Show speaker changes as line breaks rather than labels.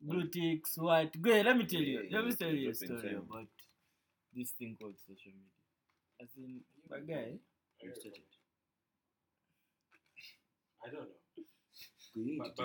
blue ticks, what? Go ahead, let me tell you.
Yeah,
let me
yeah,
tell you a
it's been
story
time.
about this thing called social media. As in, a guy.
You started.
I don't know.
We need
But,
to